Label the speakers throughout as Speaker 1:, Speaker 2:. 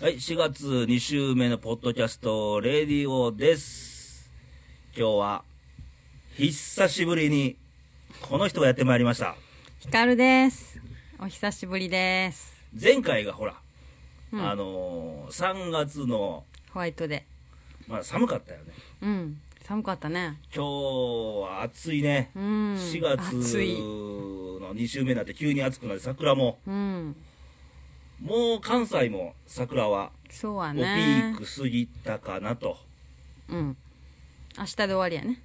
Speaker 1: はい、4月2週目のポッドキャスト、レディオです。今日は、久しぶりに、この人がやってまいりました。
Speaker 2: ヒカルです。お久しぶりです。
Speaker 1: 前回がほら、
Speaker 2: うん
Speaker 1: あのー、3月の、
Speaker 2: ホワイトで。
Speaker 1: まあ寒かったよね。
Speaker 2: うん。寒かったね。
Speaker 1: 今日は暑いね。
Speaker 2: うん。
Speaker 1: 4月
Speaker 2: 暑い。
Speaker 1: の2週目になって急に暑くなって桜も、
Speaker 2: うん。
Speaker 1: もう関西も桜は、
Speaker 2: そうは
Speaker 1: おピ
Speaker 2: ね
Speaker 1: ー。ク過ぎたかなと。
Speaker 2: うん。明日で終わりやね。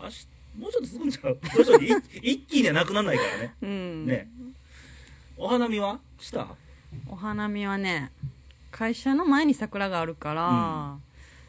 Speaker 1: 明日、もうちょっと続くんちゃうこれちょっとい 一気にはなくならないからね。
Speaker 2: うん。
Speaker 1: ねお花見は した
Speaker 2: お花見はね、会社の前に桜があるから、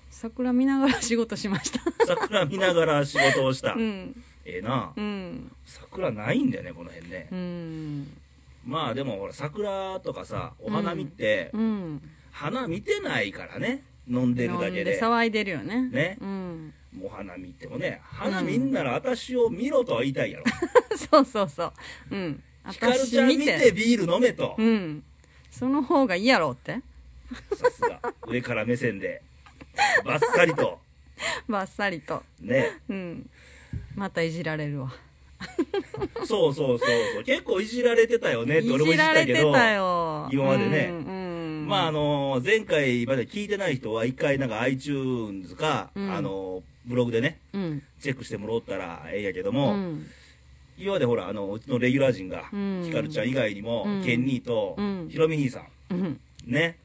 Speaker 2: 桜見ながら仕事しました。
Speaker 1: 桜見ながら仕事をした、
Speaker 2: うん。
Speaker 1: ええな
Speaker 2: うん。
Speaker 1: 桜ないんだよねこの辺ね
Speaker 2: う、ん。
Speaker 1: まあでもほら桜とかさお花見って、
Speaker 2: うん。
Speaker 1: 花見てないからね飲んでるだ
Speaker 2: 飲ん
Speaker 1: け
Speaker 2: で
Speaker 1: で
Speaker 2: 騒いでるよね。
Speaker 1: ね
Speaker 2: うん。
Speaker 1: お花見ってもね花見んなら私を見ろとは言いたいやろ
Speaker 2: そうそうそう。うん。
Speaker 1: ひかるちゃん見てビール飲めと
Speaker 2: うん。その方がいいやろって
Speaker 1: さすが上から目線でバッサリと
Speaker 2: ばっさりと。
Speaker 1: ね
Speaker 2: うん。またいじられるわ。
Speaker 1: そうそうそうそう結構いじられてたよねって俺もいじった
Speaker 2: れ
Speaker 1: け
Speaker 2: て
Speaker 1: ど
Speaker 2: たよ。
Speaker 1: 今までね
Speaker 2: うんうん
Speaker 1: まああの前回まで聞いてない人は一回なんか iTunes か、
Speaker 2: うん
Speaker 1: あのブログでね
Speaker 2: うん。
Speaker 1: チェックしてもらったらええんやけど
Speaker 2: う
Speaker 1: も、
Speaker 2: ん。
Speaker 1: 今までほらあのうちのレギュラー陣が、
Speaker 2: うん
Speaker 1: ひかるちゃん以外にも、
Speaker 2: うん
Speaker 1: ケンニーと、
Speaker 2: うん
Speaker 1: ひろみ兄さん
Speaker 2: うん。
Speaker 1: ね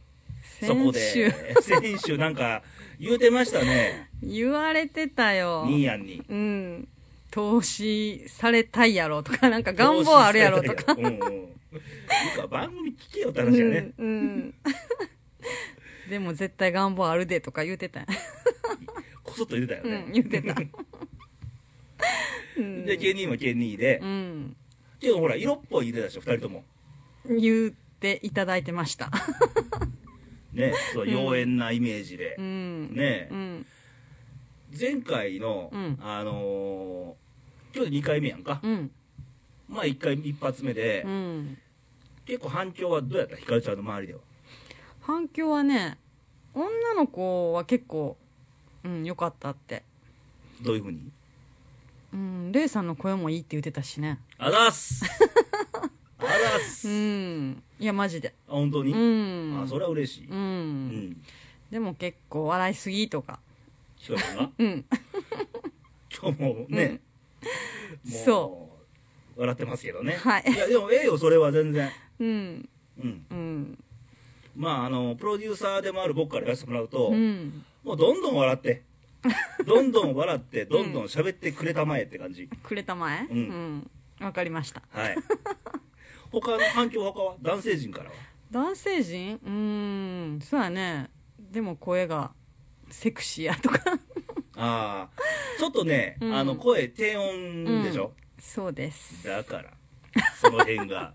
Speaker 1: そこ
Speaker 2: 先週
Speaker 1: で先週なんか言うてましたね
Speaker 2: 言われてたよ。
Speaker 1: 兄やんに
Speaker 2: うん。投資されたいやろとか、 なんか願望あるやろとか。
Speaker 1: うんうん、なんか番組聞けよって
Speaker 2: う
Speaker 1: 話やね
Speaker 2: ん、。うん。 でも絶対願望あるでとか言うてたやん
Speaker 1: こそっと言ってたよね、
Speaker 2: うん 言ってたうん
Speaker 1: でケンニーもケンニーで、
Speaker 2: うん。
Speaker 1: けどほら色っぽい言ってたでしょ2人とも
Speaker 2: 言っていただいてました。
Speaker 1: ねそう
Speaker 2: うん
Speaker 1: 妖艶なイメージで
Speaker 2: う、ん。
Speaker 1: ね
Speaker 2: うん。
Speaker 1: 前回の、
Speaker 2: うん
Speaker 1: あのー今日で2回目やんか、
Speaker 2: うん。
Speaker 1: まあ1回一発目で、
Speaker 2: うん。
Speaker 1: 結構反響はどうやったひかるちゃんの周りでは
Speaker 2: 反響はね、女の子は結構、うん、良かったって。
Speaker 1: どういうふうに
Speaker 2: うん、レイさんの声もいいって言ってたしね。
Speaker 1: あざっ すあざっす、
Speaker 2: う
Speaker 1: あ
Speaker 2: ん。いや、マジで。
Speaker 1: 本当
Speaker 2: う
Speaker 1: に、
Speaker 2: ん。
Speaker 1: あそれは嬉しい、
Speaker 2: う。
Speaker 1: うんん、
Speaker 2: でも結構、笑いすぎとか。
Speaker 1: ひかるちゃんが
Speaker 2: うん。
Speaker 1: 今日もね、もう
Speaker 2: そう
Speaker 1: 笑ってますけどね、
Speaker 2: はい
Speaker 1: やでもええよそれは全然
Speaker 2: うん。
Speaker 1: うん
Speaker 2: うん。
Speaker 1: まああのプロデューサーでもある僕から言わせてもらうと、
Speaker 2: うん。
Speaker 1: もうどんどん笑 って。どんどん笑って、どんどん喋ってくれたまえって感じ。
Speaker 2: くれたまえ
Speaker 1: う
Speaker 2: うんん。わかりました。
Speaker 1: はい。他の反響他は男性陣からは。
Speaker 2: 男性陣うん。そうやね。でも声が、セクシーやとか。
Speaker 1: ああ。ちょっとね、
Speaker 2: うん
Speaker 1: あの、声低音でしょ、
Speaker 2: そうです。
Speaker 1: だから、その辺が、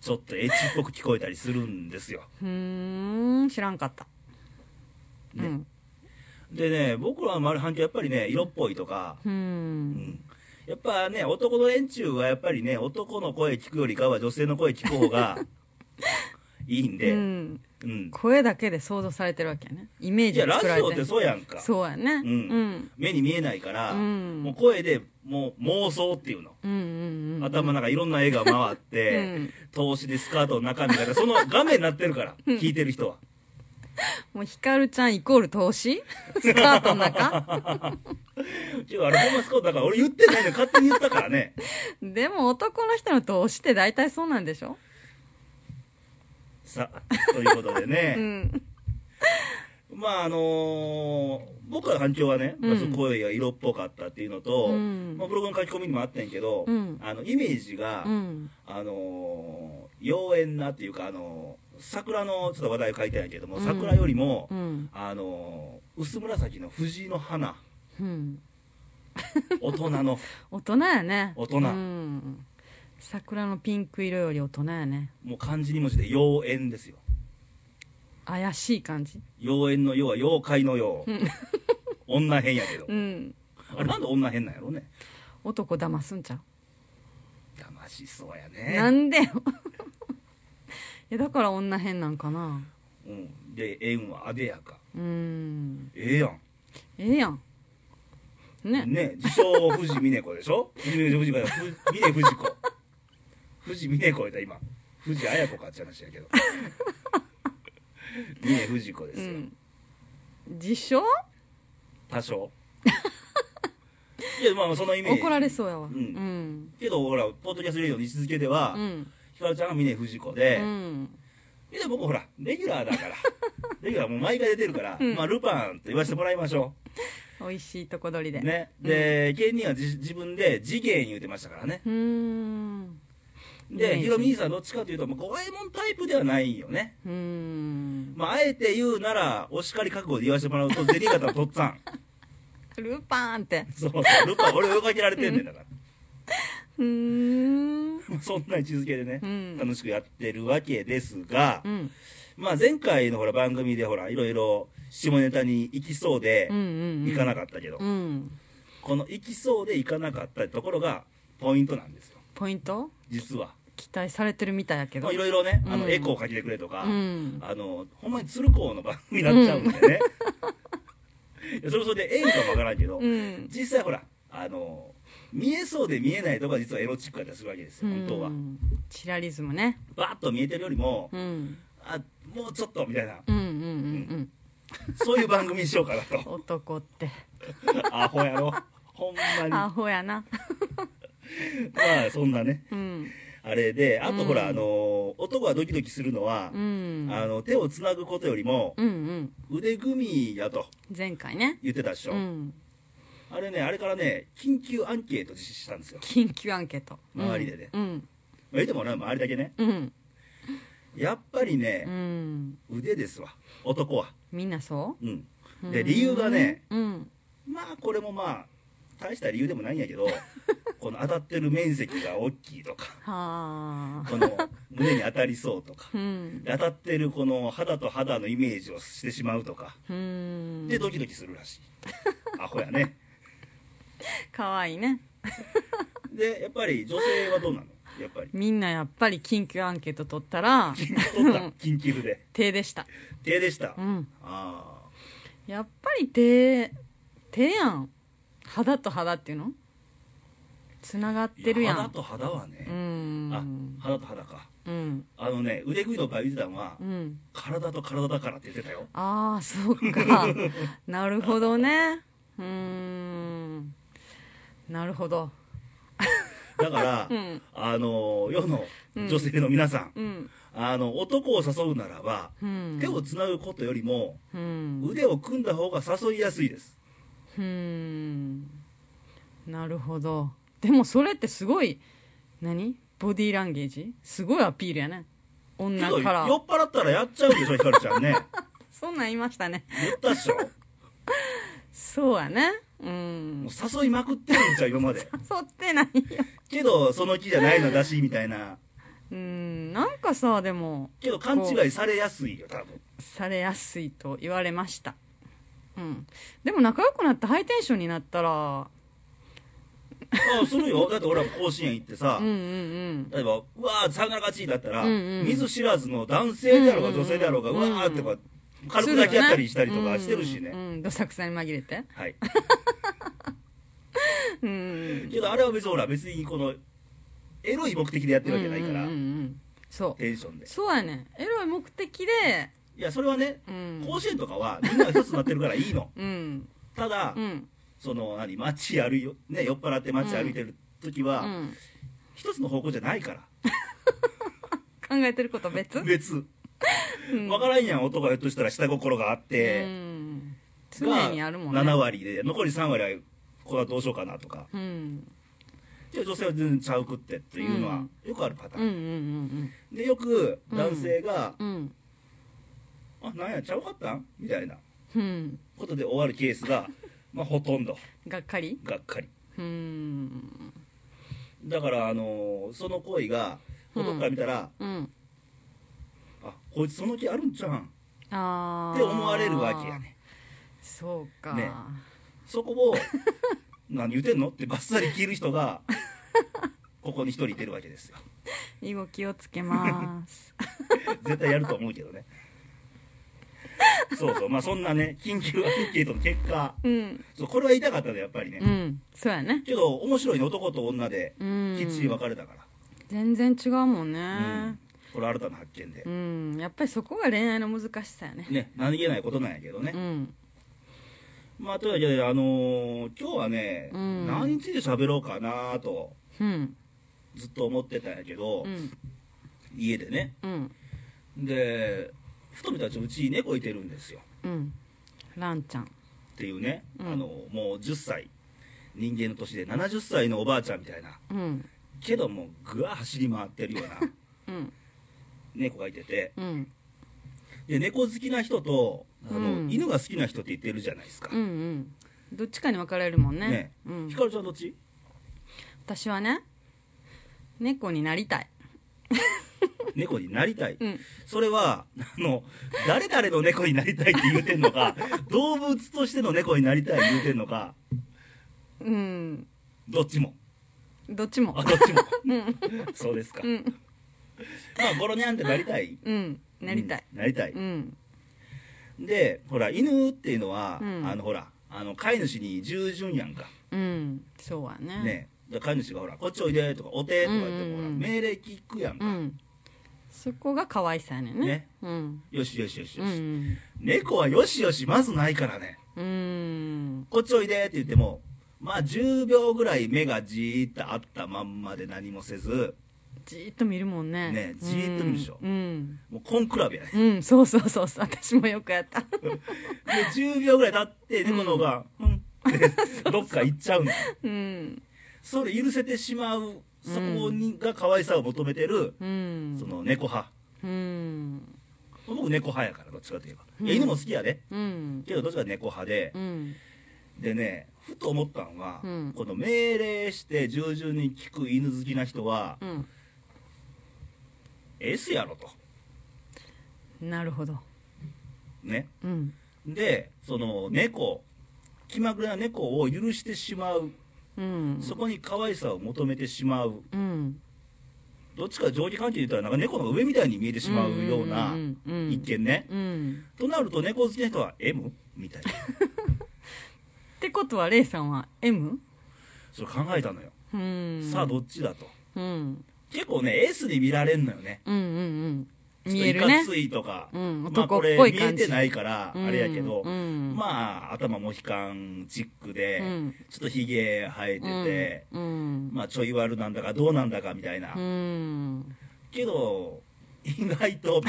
Speaker 1: ちょっとエッチっぽく聞こえたりするんですよ。
Speaker 2: うーん、知らんかった。
Speaker 1: ね
Speaker 2: うん。
Speaker 1: でね、僕らの周りの反響やっぱりね、色っぽいとか、
Speaker 2: う。
Speaker 1: うんん。やっぱね、男の連中はやっぱりね、男の声聞くよりかは女性の声聞く方 が、いいんで、
Speaker 2: う
Speaker 1: うん。
Speaker 2: ん、声だけで想像されてるわけやねイメー
Speaker 1: い
Speaker 2: ジ
Speaker 1: や、
Speaker 2: が
Speaker 1: ラ
Speaker 2: 作ら
Speaker 1: ジ
Speaker 2: れ
Speaker 1: オ
Speaker 2: て
Speaker 1: って
Speaker 2: る
Speaker 1: そうやんか。
Speaker 2: そうやねう
Speaker 1: う
Speaker 2: んうん
Speaker 1: 目に見えないから、
Speaker 2: うん
Speaker 1: もう声でもう妄想っていうの、
Speaker 2: うんうん
Speaker 1: 頭の中いろんな絵が回って、
Speaker 2: うん
Speaker 1: 投資でスカートの中身がその画面になってるから聞いてる人は
Speaker 2: もうひかるちゃんイコール 投資スカートの中
Speaker 1: 違うあれホンマスカートだから俺言ってないの勝手に言ったからね
Speaker 2: でも男の人の投資って大体そうなんでしょ
Speaker 1: さあということで
Speaker 2: う
Speaker 1: ね、
Speaker 2: ん
Speaker 1: まああのー僕らの反響はね、まあ、
Speaker 2: うん
Speaker 1: その声が色っぽかったっていうのと、
Speaker 2: うん
Speaker 1: まあ、ブログの書き込みにもあったんやけど、
Speaker 2: うん
Speaker 1: あのイメージが、
Speaker 2: うん
Speaker 1: あのー妖艶なっていうか、あのー桜のちょっと話題を書いてないけども、
Speaker 2: うん
Speaker 1: 桜よりも、
Speaker 2: うん
Speaker 1: あのー薄紫の藤の花
Speaker 2: うん
Speaker 1: 大人の
Speaker 2: 大人やね
Speaker 1: 大人
Speaker 2: うん桜のピンク色より大人やね
Speaker 1: もう漢字2文字で妖艶ですよ
Speaker 2: 怪しい感じ
Speaker 1: 妖艶の妖は妖怪の妖、女変やけど、
Speaker 2: うん
Speaker 1: あれなんで女変なんやろうね
Speaker 2: 男騙すんちゃう
Speaker 1: 騙しそうや ね
Speaker 2: なんでよやだから女変なんかな
Speaker 1: うん、で縁はあでやか
Speaker 2: うん
Speaker 1: ええやん
Speaker 2: ええやんね
Speaker 1: 自称富士峰子でしょ藤峰藤子やふ峰藤子藤峰子やった今藤綾子かって話や けど峰藤子です
Speaker 2: う
Speaker 1: よ、
Speaker 2: ん自称
Speaker 1: 多少いやまあまあそのイメージ
Speaker 2: 怒られそうやわ
Speaker 1: う
Speaker 2: うんん
Speaker 1: けどほらポッドキャストレディオの位置づけで
Speaker 2: う
Speaker 1: は、
Speaker 2: ん
Speaker 1: ひかるちゃんが峰藤子
Speaker 2: う
Speaker 1: で、
Speaker 2: ん
Speaker 1: で僕ほらレギュラーだ からレギュラーもう毎回出てるから、
Speaker 2: うん
Speaker 1: まあルパンと言わせてもらいましょ
Speaker 2: 美味しいとこ取り
Speaker 1: う
Speaker 2: で
Speaker 1: ねで、ケンニーは自自分で次元言うてましたからね
Speaker 2: うーん
Speaker 1: で
Speaker 2: ね
Speaker 1: ヒロミ兄さんどっちかというとまあ五右衛門タイプではないよね
Speaker 2: うーん
Speaker 1: まああえて言うならお叱り覚悟で言わせてもらう と銭形のとっつぁん
Speaker 2: ルパンって
Speaker 1: そうそうルパン俺追いかけられてんねんだから、
Speaker 2: うーん
Speaker 1: まあそんな位置づけでね、
Speaker 2: うん
Speaker 1: 楽しくやってるわけですが
Speaker 2: う、ん
Speaker 1: まあ前回のほら番組でほらいろいろ下ネタに行きそうで
Speaker 2: うんうん
Speaker 1: 行かなかったけど、
Speaker 2: うん
Speaker 1: この行きそうで行かなかったところがポイントなんですよ
Speaker 2: ポイント
Speaker 1: 実は
Speaker 2: 期待されてるみたいやけ
Speaker 1: ま
Speaker 2: ど
Speaker 1: あいろいろねあの、
Speaker 2: うん
Speaker 1: エコーかけてくれとか、
Speaker 2: うん
Speaker 1: あのほんまに鶴光の番組になっちゃうんで ね、いやそれもそれでええんかもわからんけど、
Speaker 2: うん
Speaker 1: 実際ほらあの見えそうで見えないとか実はエロチックだったりするわけですよ本当は、
Speaker 2: うんチラリズムね
Speaker 1: バーッと見えてるよりも、
Speaker 2: うん
Speaker 1: あもうちょっとみたいな
Speaker 2: うんうんうん
Speaker 1: そういう番組にしようかなと
Speaker 2: うん男って
Speaker 1: アホやろほんまに
Speaker 2: ア
Speaker 1: ま
Speaker 2: ホやな
Speaker 1: あそんなね
Speaker 2: うん
Speaker 1: あれであと
Speaker 2: うん
Speaker 1: ほら、あのー男がドキドキするのは
Speaker 2: う、ん
Speaker 1: あの手をつなぐことよりも
Speaker 2: うんうん
Speaker 1: 腕組みやと
Speaker 2: 前回ね
Speaker 1: 言ってたでしょ、
Speaker 2: うん
Speaker 1: あれねあれからね緊急アンケート実施したんですよ
Speaker 2: 緊急アンケート
Speaker 1: 周りでね
Speaker 2: うん
Speaker 1: 言ってもらう周りだけね
Speaker 2: うん
Speaker 1: やっぱり
Speaker 2: う
Speaker 1: ね、
Speaker 2: ん
Speaker 1: 腕ですわ男は
Speaker 2: みんなそ
Speaker 1: うん
Speaker 2: う
Speaker 1: で理由がね
Speaker 2: うん
Speaker 1: まあこれもまあ大した理由でもないんやけ どこの当たってる面積が大きいとか
Speaker 2: はあ
Speaker 1: この胸に当たりそうとか
Speaker 2: うん
Speaker 1: 当たってるこの肌と肌のイメージをしてしまうとか
Speaker 2: うん
Speaker 1: でドキドキするら しいアホやね
Speaker 2: かわいいね
Speaker 1: でやっぱり女性はどうなのやっ ぱり
Speaker 2: みんなやっぱり緊急アンケート取ったら
Speaker 1: 取った緊急で
Speaker 2: 手でした
Speaker 1: 手でした、
Speaker 2: う
Speaker 1: あ
Speaker 2: ん
Speaker 1: あ
Speaker 2: やっぱり手手やん肌と肌っていうのつながっ
Speaker 1: ー
Speaker 2: てるや
Speaker 1: い肌
Speaker 2: ん
Speaker 1: と肌はね
Speaker 2: う、ん
Speaker 1: あ肌と肌か
Speaker 2: うん
Speaker 1: あのね腕組みの場合言ってたのは、
Speaker 2: うん
Speaker 1: 体と体だからって言ってたよ
Speaker 2: ああそうかなるほどねうーんなるほど
Speaker 1: だから、
Speaker 2: うん
Speaker 1: あの世の女性の皆さん、
Speaker 2: うん
Speaker 1: あの男を誘うならば、
Speaker 2: うん
Speaker 1: 手をつなぐことよりも
Speaker 2: うん
Speaker 1: 腕を組んだ方が誘いやすいです
Speaker 2: うんなるほどでもそれってすごい何ボディーランゲージすごいアピールやね
Speaker 1: け
Speaker 2: 女
Speaker 1: ど酔
Speaker 2: か
Speaker 1: っ
Speaker 2: ら
Speaker 1: 払ったらやっちゃうでしょひかるちゃん ね
Speaker 2: そんなん言いましたね
Speaker 1: 言ったっしょ
Speaker 2: そうやねうん
Speaker 1: もう誘いまくってるんちゃう今まで
Speaker 2: 誘ってないよ
Speaker 1: けどその気じゃないのだしみたいな
Speaker 2: うんなんかさでも
Speaker 1: けど勘違いされやすいよ多 分
Speaker 2: されやすいと言われましたうんでも仲良くなってハイテンションになったら
Speaker 1: ああするよだって俺は甲子園行ってさ、
Speaker 2: うんうん
Speaker 1: 例えば、うわー、サヨナラ勝ちだったら、
Speaker 2: うんうん
Speaker 1: 見ず知らずの男性であろうが女性であろうが、う
Speaker 2: うんうん
Speaker 1: わーってか、
Speaker 2: うん
Speaker 1: 軽く抱き合ったりしたりとかしてるしね。
Speaker 2: うんうんうんどさくさに紛れて
Speaker 1: はい。
Speaker 2: うんうん
Speaker 1: けど、あれは別にほら、別にこの、エロい目的でやってるわけないから、
Speaker 2: うんうんうんそう
Speaker 1: テンションで。
Speaker 2: そうやねエロい目的で
Speaker 1: いや、それはね、
Speaker 2: うん
Speaker 1: 甲子園とかはみんなが一つになってるからいい の。
Speaker 2: うん
Speaker 1: ただ、
Speaker 2: うん
Speaker 1: その、何、街歩いよ、ね、酔っ払って街歩いてる時
Speaker 2: う
Speaker 1: は、
Speaker 2: ん
Speaker 1: 一つの方向じゃないから。
Speaker 2: 考えてること別
Speaker 1: 別。
Speaker 2: うん
Speaker 1: わからんやん、男がひょっとしたら下心があって、
Speaker 2: うん常にあるもんね
Speaker 1: が7割で残り3割はこれはどうしようかなとか
Speaker 2: うん
Speaker 1: じゃあ女性は全然ちゃうくってっていうの
Speaker 2: う
Speaker 1: は
Speaker 2: ん
Speaker 1: よくあるパタ
Speaker 2: うん
Speaker 1: ー
Speaker 2: うん
Speaker 1: ン、
Speaker 2: うん
Speaker 1: でよく男性が
Speaker 2: うんうん
Speaker 1: 「あなんやちゃうかったん?」みたいな
Speaker 2: うん
Speaker 1: ことで終わるケース がまあほとんど
Speaker 2: がっかり
Speaker 1: がっかり
Speaker 2: うん
Speaker 1: だからあのーその行為が
Speaker 2: うん
Speaker 1: 男から見たら
Speaker 2: うん
Speaker 1: 「あこいつその気あるんちゃうん?」
Speaker 2: ああ
Speaker 1: って思われるわけやね
Speaker 2: そうか、
Speaker 1: ね そこを「何言うてんの?」ってバッサリ切る人がここに一人いてるわけですよ
Speaker 2: 以後気をつけます
Speaker 1: 絶対やると思うけどねそうそうまあそんなね緊急アンケートの結果
Speaker 2: うん
Speaker 1: そうこれは言いたかったねやっぱりね、
Speaker 2: うんそうやね
Speaker 1: けど面白いね男と女で
Speaker 2: うん
Speaker 1: きっちり分かれたから、
Speaker 2: 全然違うもん
Speaker 1: うん
Speaker 2: ね
Speaker 1: これ新たな発見で、
Speaker 2: うん、やっぱりそこが恋愛の難しさやね
Speaker 1: ね何気ないことなんやけどね
Speaker 2: う、ん
Speaker 1: まあというわけであのー今日はね、
Speaker 2: うん
Speaker 1: 何について喋ろうかなと
Speaker 2: うん
Speaker 1: ずっと思ってたんやけど、
Speaker 2: うん
Speaker 1: 家でね
Speaker 2: うん
Speaker 1: でふと見たらうち猫いてるんですよ
Speaker 2: うんランちゃん
Speaker 1: っていうね、
Speaker 2: うん
Speaker 1: あのもう10歳人間の年で70歳のおばあちゃんみたいな
Speaker 2: うん
Speaker 1: けどもうぐわー走り回ってるような
Speaker 2: うん
Speaker 1: 猫がいてて
Speaker 2: うん
Speaker 1: で猫好きな人とあの、
Speaker 2: うん
Speaker 1: 犬が好きな人って言ってるじゃないですか、
Speaker 2: うんうんどっちかに分かれるもんね
Speaker 1: ね
Speaker 2: うん
Speaker 1: ひ、かるちゃんどっち
Speaker 2: 私はね猫になりたい
Speaker 1: 猫になりたい、
Speaker 2: うん
Speaker 1: それはあの誰々の猫になりたいって言うてんの か動物としての猫になりたい言うてんのか
Speaker 2: うん
Speaker 1: どっちも
Speaker 2: どっちも
Speaker 1: あどっちも、そうですか、
Speaker 2: うん
Speaker 1: まあゴロニャンってなりたい
Speaker 2: うんなりたい、
Speaker 1: うんなりたい、
Speaker 2: うん
Speaker 1: でほら犬っていうのは、
Speaker 2: うん
Speaker 1: あのほらあの飼い主に従順やんか
Speaker 2: うんそうはね
Speaker 1: ねだから飼い主がほら「こっちおいで」とか「お手」とか言っても、
Speaker 2: うんうん
Speaker 1: ほら
Speaker 2: うん
Speaker 1: 命令聞くやん
Speaker 2: う
Speaker 1: か、
Speaker 2: んそこが可愛さやねんね
Speaker 1: ね
Speaker 2: うん
Speaker 1: よしよしよし
Speaker 2: う
Speaker 1: よし、
Speaker 2: ん
Speaker 1: 猫はよしよしまずないからね
Speaker 2: うん
Speaker 1: こっちおいでって言ってもまあ10秒ぐらい目がじーっとあったまんまで何もせず
Speaker 2: じーっと見るもんね
Speaker 1: ねじーっと見るでしょ
Speaker 2: うん、
Speaker 1: もう根比べやね
Speaker 2: うんうんそうそうそうそう私もよくやった
Speaker 1: で10秒ぐらい経って猫の方が「うん」ってどっか行っちゃうんだ
Speaker 2: うん
Speaker 1: それ許せてしまうそこにが可愛さを求めてる、
Speaker 2: うん
Speaker 1: その猫派
Speaker 2: うん
Speaker 1: 僕猫派やからどっちかといえば、
Speaker 2: うん
Speaker 1: いや犬も好きやで
Speaker 2: うん
Speaker 1: けどどっちかというと猫派で
Speaker 2: う、ん
Speaker 1: でねふと思ったんは、
Speaker 2: うん
Speaker 1: この命令して従順に聞く犬好きな人は
Speaker 2: うん
Speaker 1: S やろと
Speaker 2: なるほど
Speaker 1: ね
Speaker 2: うん
Speaker 1: でその猫気まぐれな猫を許してしまう
Speaker 2: うん
Speaker 1: そこに可愛さを求めてしまう
Speaker 2: うん
Speaker 1: どっちか上下関係で言ったらなんか猫の方が上みたいに見えてしまうような
Speaker 2: うんうんうん
Speaker 1: 一見ね
Speaker 2: うん
Speaker 1: となると猫好きな人は M? みたいな
Speaker 2: ってことはレイさんは M?
Speaker 1: それ考えたのよ、
Speaker 2: うん
Speaker 1: さあどっちだと
Speaker 2: うん
Speaker 1: 結構ね S に見られんのよね
Speaker 2: うんうんうん見
Speaker 1: ちょ
Speaker 2: え
Speaker 1: っと
Speaker 2: るね
Speaker 1: いかついとか、
Speaker 2: うん
Speaker 1: まあ
Speaker 2: 男っぽい
Speaker 1: これ見え
Speaker 2: 感じ
Speaker 1: てないからあれやけど、
Speaker 2: うん
Speaker 1: まあ頭も悲観チックで、
Speaker 2: うん
Speaker 1: ちょっとひげ生えてて、
Speaker 2: うん
Speaker 1: まあちょい悪なんだかどうなんだかみたいな、
Speaker 2: うん
Speaker 1: けど意外 と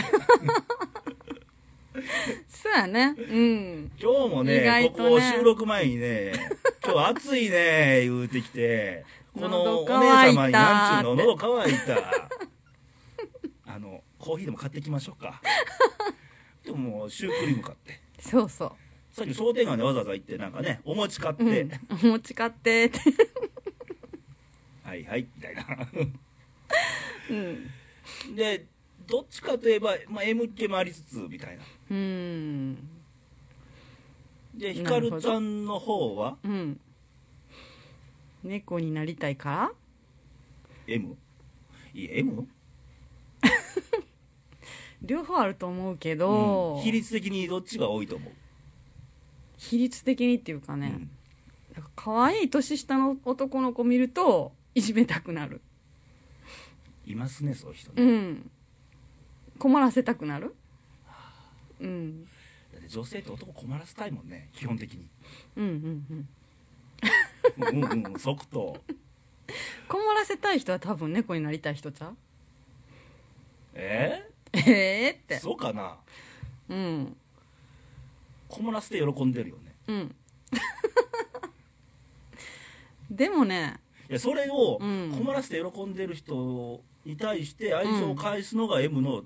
Speaker 2: そうやねうん
Speaker 1: 今日もね
Speaker 2: 意外
Speaker 1: こと
Speaker 2: ね
Speaker 1: こを収録前にね「今日暑いね」言うてきてこの
Speaker 2: 喉
Speaker 1: お姉
Speaker 2: 乾いた
Speaker 1: 様になんちゅうの喉乾いたあのコーヒーでも買ってきましょうかでももうシュークリーム買って
Speaker 2: そうそう
Speaker 1: さっき商店街でわざわざ行ってなんかねお餅買って、
Speaker 2: うんお持ち買っ てって
Speaker 1: はいはいみたいな
Speaker 2: うん
Speaker 1: でどっちかといえば、まあ、M 系もありつつみたいな
Speaker 2: うん
Speaker 1: でひ
Speaker 2: な
Speaker 1: か
Speaker 2: るほど
Speaker 1: るちゃんの方は
Speaker 2: うん猫になりたいから
Speaker 1: M? いや M?
Speaker 2: 両方あると思うけど、
Speaker 1: うん比率的にどっちが多いと思う、
Speaker 2: 比率的にっていうか
Speaker 1: う
Speaker 2: ね、
Speaker 1: ん
Speaker 2: なんか可愛い年下の男の子見るといじめたくなる
Speaker 1: いますねそういう人ね、
Speaker 2: うん困らせたくなるうん
Speaker 1: だって女性って男困らせたいもんね基本的に
Speaker 2: うんうんうん
Speaker 1: うんうんうん即答
Speaker 2: 困らせたい人は多分猫になりたい人ちゃう
Speaker 1: え
Speaker 2: ええっ
Speaker 1: ー
Speaker 2: て
Speaker 1: そうかな
Speaker 2: うん
Speaker 1: 困らせて喜んでるよね
Speaker 2: うん でもね
Speaker 1: いやそれを
Speaker 2: うん
Speaker 1: 困らせて喜んでる人に対して愛情を返すのが M の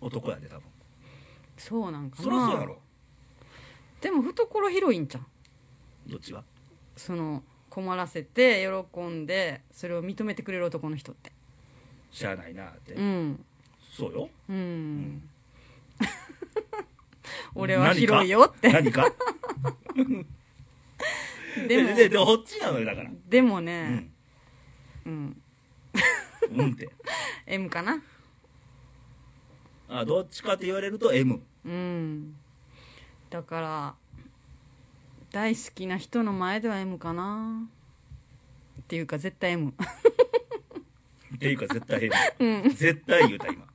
Speaker 1: 男やで多分、
Speaker 2: そうなんか
Speaker 1: そりゃ
Speaker 2: な
Speaker 1: そうやろ
Speaker 2: でも懐広いんじゃん
Speaker 1: どっちが
Speaker 2: その困らせて喜んでそれを認めてくれる男の人って
Speaker 1: しゃあないなって、
Speaker 2: うん
Speaker 1: そうよ
Speaker 2: うん、
Speaker 1: ん
Speaker 2: 俺は広いよって
Speaker 1: 何か
Speaker 2: で
Speaker 1: で
Speaker 2: も
Speaker 1: でででこっちなのよだから
Speaker 2: でも
Speaker 1: う
Speaker 2: ね、
Speaker 1: ん
Speaker 2: うん
Speaker 1: うんって。
Speaker 2: M かな
Speaker 1: あ、どっちかって言われると M。
Speaker 2: うんだから大好きな人の前では M かなっていうか絶対 M
Speaker 1: っていうか絶対 M。絶対言うた、今。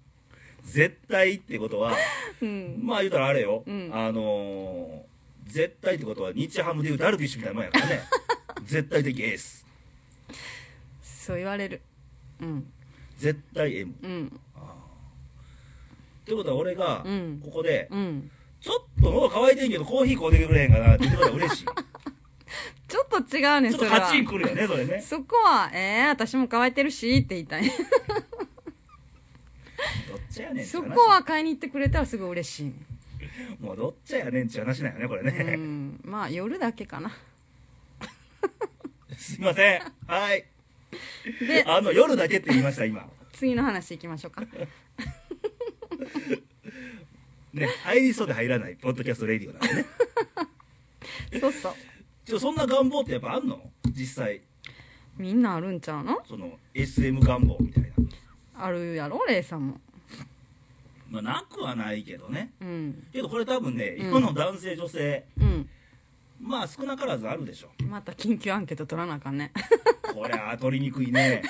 Speaker 1: 絶対ってことは、
Speaker 2: うん
Speaker 1: まあ言うたらあれよ。
Speaker 2: うん
Speaker 1: あのー絶対ってことは日ハムで言うダルビッシュみたいなもんや からね。絶対的エース。
Speaker 2: そう言われるうん
Speaker 1: 絶対 M。
Speaker 2: うん
Speaker 1: ってことは俺が
Speaker 2: うん、
Speaker 1: ここで、
Speaker 2: うん
Speaker 1: ちょっと喉乾いてんけどコーヒー買うてくれへんかなって言ってくれたら嬉しい。
Speaker 2: ちょっと違う ね
Speaker 1: ちょっと
Speaker 2: それ
Speaker 1: カ
Speaker 2: は
Speaker 1: チンくるよね、それね。
Speaker 2: そこはえー、私も乾いてるしって言いたい
Speaker 1: どっちやねんって
Speaker 2: そ
Speaker 1: 話
Speaker 2: こは買いに行ってくれたらすごい嬉しい、
Speaker 1: もうどっちやねんって話なんよねこれ
Speaker 2: う
Speaker 1: ね、
Speaker 2: ん、まあ夜だけかな
Speaker 1: すいませんはい
Speaker 2: で
Speaker 1: あの夜だけって言いました今
Speaker 2: 次の話行きましょうか
Speaker 1: ね入りそうで入らないポッドキャストレディオなんでね
Speaker 2: そうそう
Speaker 1: ちょそんな願望ってやっぱあんの実際
Speaker 2: みんなあるんちゃうの
Speaker 1: その SM 願望みたいな
Speaker 2: あるやろレイさんも
Speaker 1: まあなくはないけどね
Speaker 2: うん
Speaker 1: けどこれ多分ね
Speaker 2: うん
Speaker 1: 今の男性女性、
Speaker 2: うん
Speaker 1: まあ少なからずあるでしょ
Speaker 2: また緊急アンケート取らなあかん ね
Speaker 1: こりゃ取りにくい ね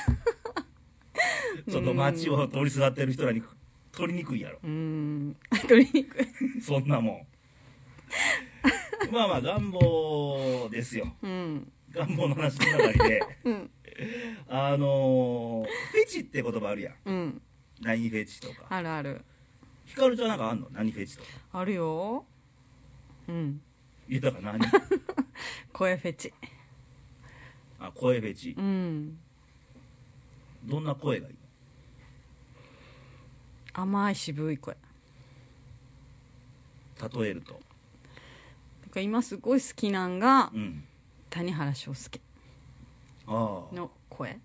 Speaker 1: ちょっと街を通りすがってる人らに取りにくいやろ
Speaker 2: うーん取りにくい
Speaker 1: そんなもんまあまあ願望ですよ
Speaker 2: うん
Speaker 1: 願望の話の中で
Speaker 2: うん
Speaker 1: あのー、フェチって言葉あるやん
Speaker 2: うん
Speaker 1: 何フェチとか
Speaker 2: あるある
Speaker 1: ヒカルちゃんなんかあんの何フェチとか
Speaker 2: あるようん
Speaker 1: 言ったか何
Speaker 2: 声フェチ
Speaker 1: あ声フェチ
Speaker 2: うん
Speaker 1: どんな声がいい
Speaker 2: 甘い渋い声
Speaker 1: の例えると
Speaker 2: なんか今すごい好きなんが
Speaker 1: うん
Speaker 2: 谷原章介
Speaker 1: ああ
Speaker 2: の声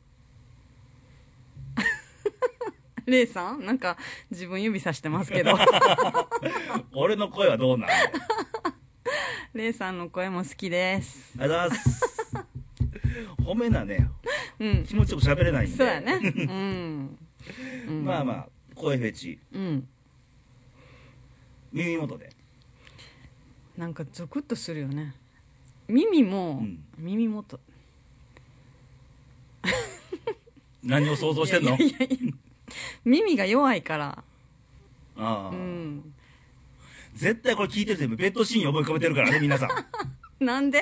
Speaker 2: レイさんなんか自分指さしてま すけど
Speaker 1: 俺の声はどうなのあ
Speaker 2: レイさんの声も好きです
Speaker 1: りがとうございます褒めなね
Speaker 2: うん
Speaker 1: 気持ちよく喋れないんで
Speaker 2: そう やねうん、うん、
Speaker 1: まあまあ声フェチ
Speaker 2: うん
Speaker 1: 耳元で
Speaker 2: なんかゾクッとするよね耳も、
Speaker 1: うん
Speaker 2: 耳元
Speaker 1: 何を想像してんの
Speaker 2: いやいやいや耳が弱いから
Speaker 1: ああ、
Speaker 2: うん
Speaker 1: 絶対これ聞いてる人ベッドシーン思い浮かべてるからね皆さん
Speaker 2: なんで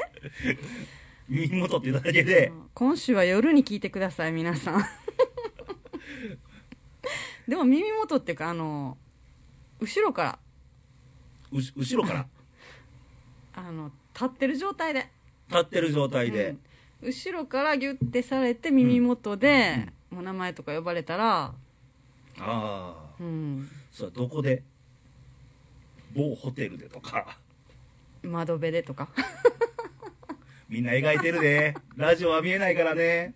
Speaker 1: 耳元って言っただけで
Speaker 2: 今週は夜に聞いてください皆 さんでも耳元っていうかあの後ろから
Speaker 1: うし後ろから
Speaker 2: あの立ってる状態で
Speaker 1: 立ってる状態で、
Speaker 2: うん後ろからギュッてされて耳元で、もう名前とか呼ばれたら
Speaker 1: ああ
Speaker 2: うん
Speaker 1: それはどこで某ホテルでとか
Speaker 2: 窓辺で とか
Speaker 1: みんな描いてるでラジオは見えないからね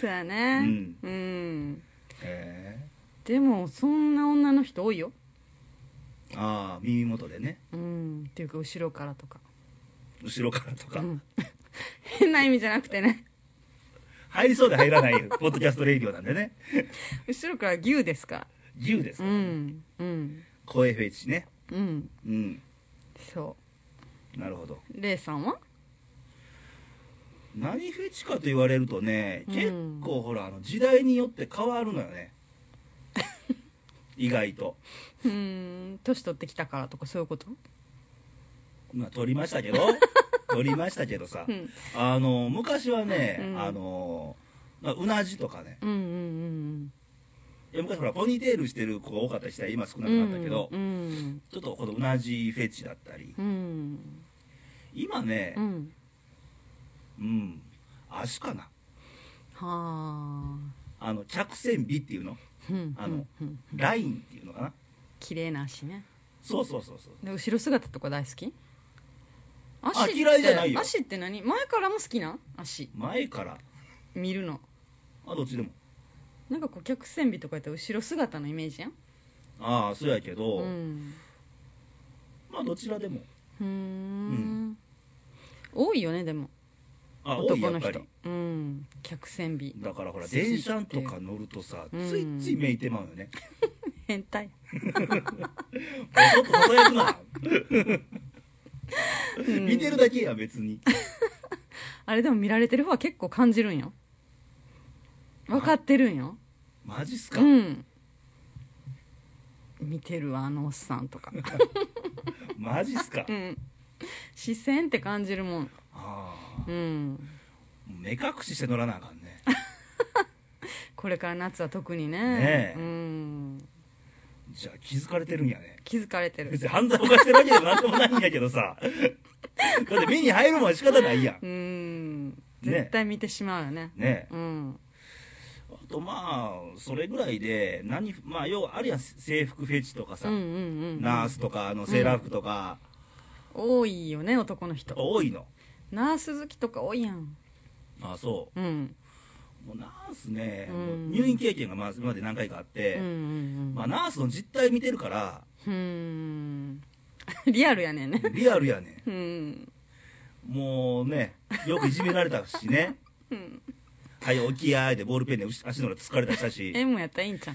Speaker 2: そうやね
Speaker 1: うん
Speaker 2: うん
Speaker 1: へ
Speaker 2: でもそんな女の人多いよ
Speaker 1: えああ耳元でね
Speaker 2: うんっていうか後ろからとか、
Speaker 1: 後ろからとか、
Speaker 2: うん、 変な意味じゃなくてね
Speaker 1: 入りそうで入らない ポッドキャストレイディオなんでね
Speaker 2: 後ろから牛ですか
Speaker 1: 牛です
Speaker 2: ら
Speaker 1: か
Speaker 2: う
Speaker 1: らね、
Speaker 2: んうん
Speaker 1: 声フェチね
Speaker 2: うん
Speaker 1: うん
Speaker 2: そ
Speaker 1: なるほど
Speaker 2: うレイさんは
Speaker 1: 何フェチかと言われるとね、
Speaker 2: うん
Speaker 1: 結構ほらあの時代によって変わるのよ ね意外と
Speaker 2: うん年取ってきたからとかそういうこと
Speaker 1: まあ撮りましたけ ど撮りましたけどさ、
Speaker 2: うん
Speaker 1: あの昔はね、
Speaker 2: うん
Speaker 1: あのまあうなじとかね
Speaker 2: うんうん
Speaker 1: いや昔ほらポニーテールしてる子が多かったりしたら今少な
Speaker 2: うん
Speaker 1: くなったけど、
Speaker 2: うん
Speaker 1: ちょっとこのうなじフェチだったり
Speaker 2: うん
Speaker 1: 今ね
Speaker 2: う、ん
Speaker 1: うん足かな
Speaker 2: はあ
Speaker 1: あの着線美っていうの
Speaker 2: うん
Speaker 1: あの
Speaker 2: うん
Speaker 1: ラインっていうのかな
Speaker 2: 綺麗な足ね
Speaker 1: そうそうそうそう
Speaker 2: で後ろ姿とか大好き足って
Speaker 1: 嫌いじゃないよ
Speaker 2: 足って何前からも好きな足
Speaker 1: 前から
Speaker 2: 見るの
Speaker 1: あどっちでも
Speaker 2: なんかこう客船美とかやったら後ろ姿のイメージやん
Speaker 1: ああそうやけど、
Speaker 2: うん
Speaker 1: まあどちらでも
Speaker 2: ふーん多いよねでも
Speaker 1: あ多い
Speaker 2: 男
Speaker 1: やっ
Speaker 2: の
Speaker 1: ぱ
Speaker 2: 人
Speaker 1: り
Speaker 2: うん客船美
Speaker 1: だからほら
Speaker 2: 好きって
Speaker 1: 電車とか乗るとさ
Speaker 2: うん
Speaker 1: ついついめいてまうよね
Speaker 2: 変態
Speaker 1: ちょっと例えるな見てるだけや別に
Speaker 2: あれでも見られてる方は結構感じるんよ分かってるんよ
Speaker 1: マジっすか、
Speaker 2: うん見てるわあのおっさんとか
Speaker 1: マジっすか、
Speaker 2: うん視線って感じるもん
Speaker 1: あ
Speaker 2: うん
Speaker 1: ー目隠しして乗らなあかんね
Speaker 2: これから夏は特にね
Speaker 1: ねえ
Speaker 2: うん
Speaker 1: じゃあ気づかれてるんやね
Speaker 2: 気づかれてる
Speaker 1: 別に犯罪を犯してるわけでもなんでもないんやけどさだって目に入るもんは仕方ないやん
Speaker 2: うん
Speaker 1: ね
Speaker 2: 絶対見てしまうよね
Speaker 1: ねえ
Speaker 2: うん
Speaker 1: あとまあそれぐらいで何まあ要はあるやん制服フェチとかさ、
Speaker 2: うんうんうん
Speaker 1: ナースとかあのセーラー服とか、
Speaker 2: 多いよね男の人
Speaker 1: 多いの
Speaker 2: ナース好きとか多いやん
Speaker 1: あそう
Speaker 2: うん
Speaker 1: もうナースね、
Speaker 2: うん
Speaker 1: 入院経験がまあ今まで何回かあっ
Speaker 2: う
Speaker 1: て、
Speaker 2: んうん
Speaker 1: まあ、ナースの実態見てるから
Speaker 2: うんうんリアルやねんね
Speaker 1: リアルやね
Speaker 2: うん
Speaker 1: んもうねよくいじめられたしね
Speaker 2: うん
Speaker 1: はい沖合でボールペンで足の裏つかれたりした し
Speaker 2: M やったらいいんちゃ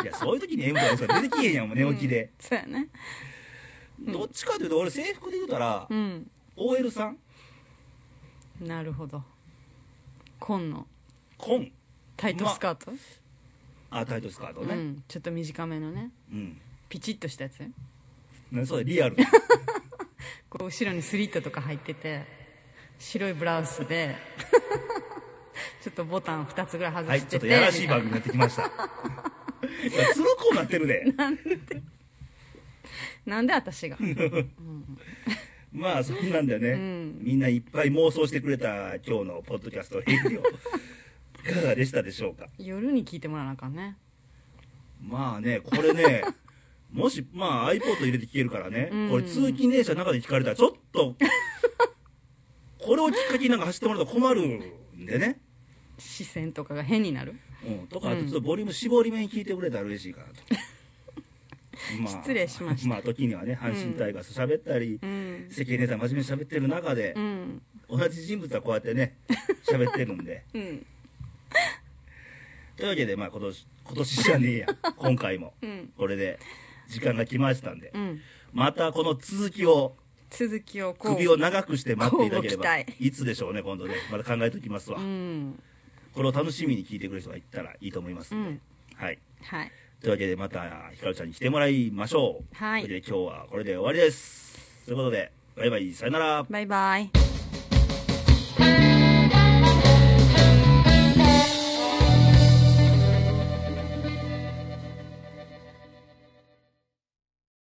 Speaker 2: う
Speaker 1: いやそういう時に M とか出てきへんやんもう寝起きで、
Speaker 2: そうやね
Speaker 1: どっちかというと俺制服で言うたら、
Speaker 2: うん
Speaker 1: OL さん
Speaker 2: なるほど紺の
Speaker 1: コン
Speaker 2: タイトスカート、
Speaker 1: あタイトルスカート
Speaker 2: う
Speaker 1: ね
Speaker 2: ん、ちょっと短めのね
Speaker 1: うん、
Speaker 2: ピチッとしたやつね
Speaker 1: ねそれリアル
Speaker 2: こう後ろにスリットとか入ってて白いブラウ スでちょっとボタン2つぐらい外
Speaker 1: はい
Speaker 2: してて、
Speaker 1: ちょっとやらしい
Speaker 2: みた
Speaker 1: 番組になってきま したいやつるこうなってるで
Speaker 2: ななんで私が
Speaker 1: まあそんなんだよね、
Speaker 2: ん
Speaker 1: みんないっぱい妄想してくれた今日のポッドキャストレディオいかがでしたでしょうか
Speaker 2: 夜に聞いてもらわなあかんね
Speaker 1: まあねこれね もしまあ iPod 入れて聴けるからね、
Speaker 2: うん
Speaker 1: これ通勤電車の中で聞かれたらちょっとこれをきっかけになんか走ってもらうと困るんでね、
Speaker 2: 視線とかが変になる、
Speaker 1: うん、とかあとちょっとボリューム絞り目に聞いてくれたら嬉しいかなと、ま
Speaker 2: 失礼しました
Speaker 1: まあ時にはね阪神タイガース喋ったり、
Speaker 2: うん、
Speaker 1: 世間ネタ真面目に喋ってる中で
Speaker 2: う、ん
Speaker 1: 同じ人物はこうやってね喋ってるん で
Speaker 2: うん
Speaker 1: というわけでまあ今年今年じゃねえや今回も
Speaker 2: うん
Speaker 1: これで時間が来ましたんで
Speaker 2: うん
Speaker 1: またこの続きを
Speaker 2: 続きをこう
Speaker 1: 首を長くして待っていただければ
Speaker 2: 乞うご期
Speaker 1: いつでしょうね今度ねまた考えておきますわ
Speaker 2: うん
Speaker 1: これを楽しみに聞いてくれる人がいたらいいと思います
Speaker 2: うん
Speaker 1: で
Speaker 2: ん
Speaker 1: はい
Speaker 2: はい
Speaker 1: というわけでまたひかるちゃんに来てもらいましょう
Speaker 2: はい
Speaker 1: というわけで今日はこれで終わりですということでバイバイさよなら
Speaker 2: バイバイ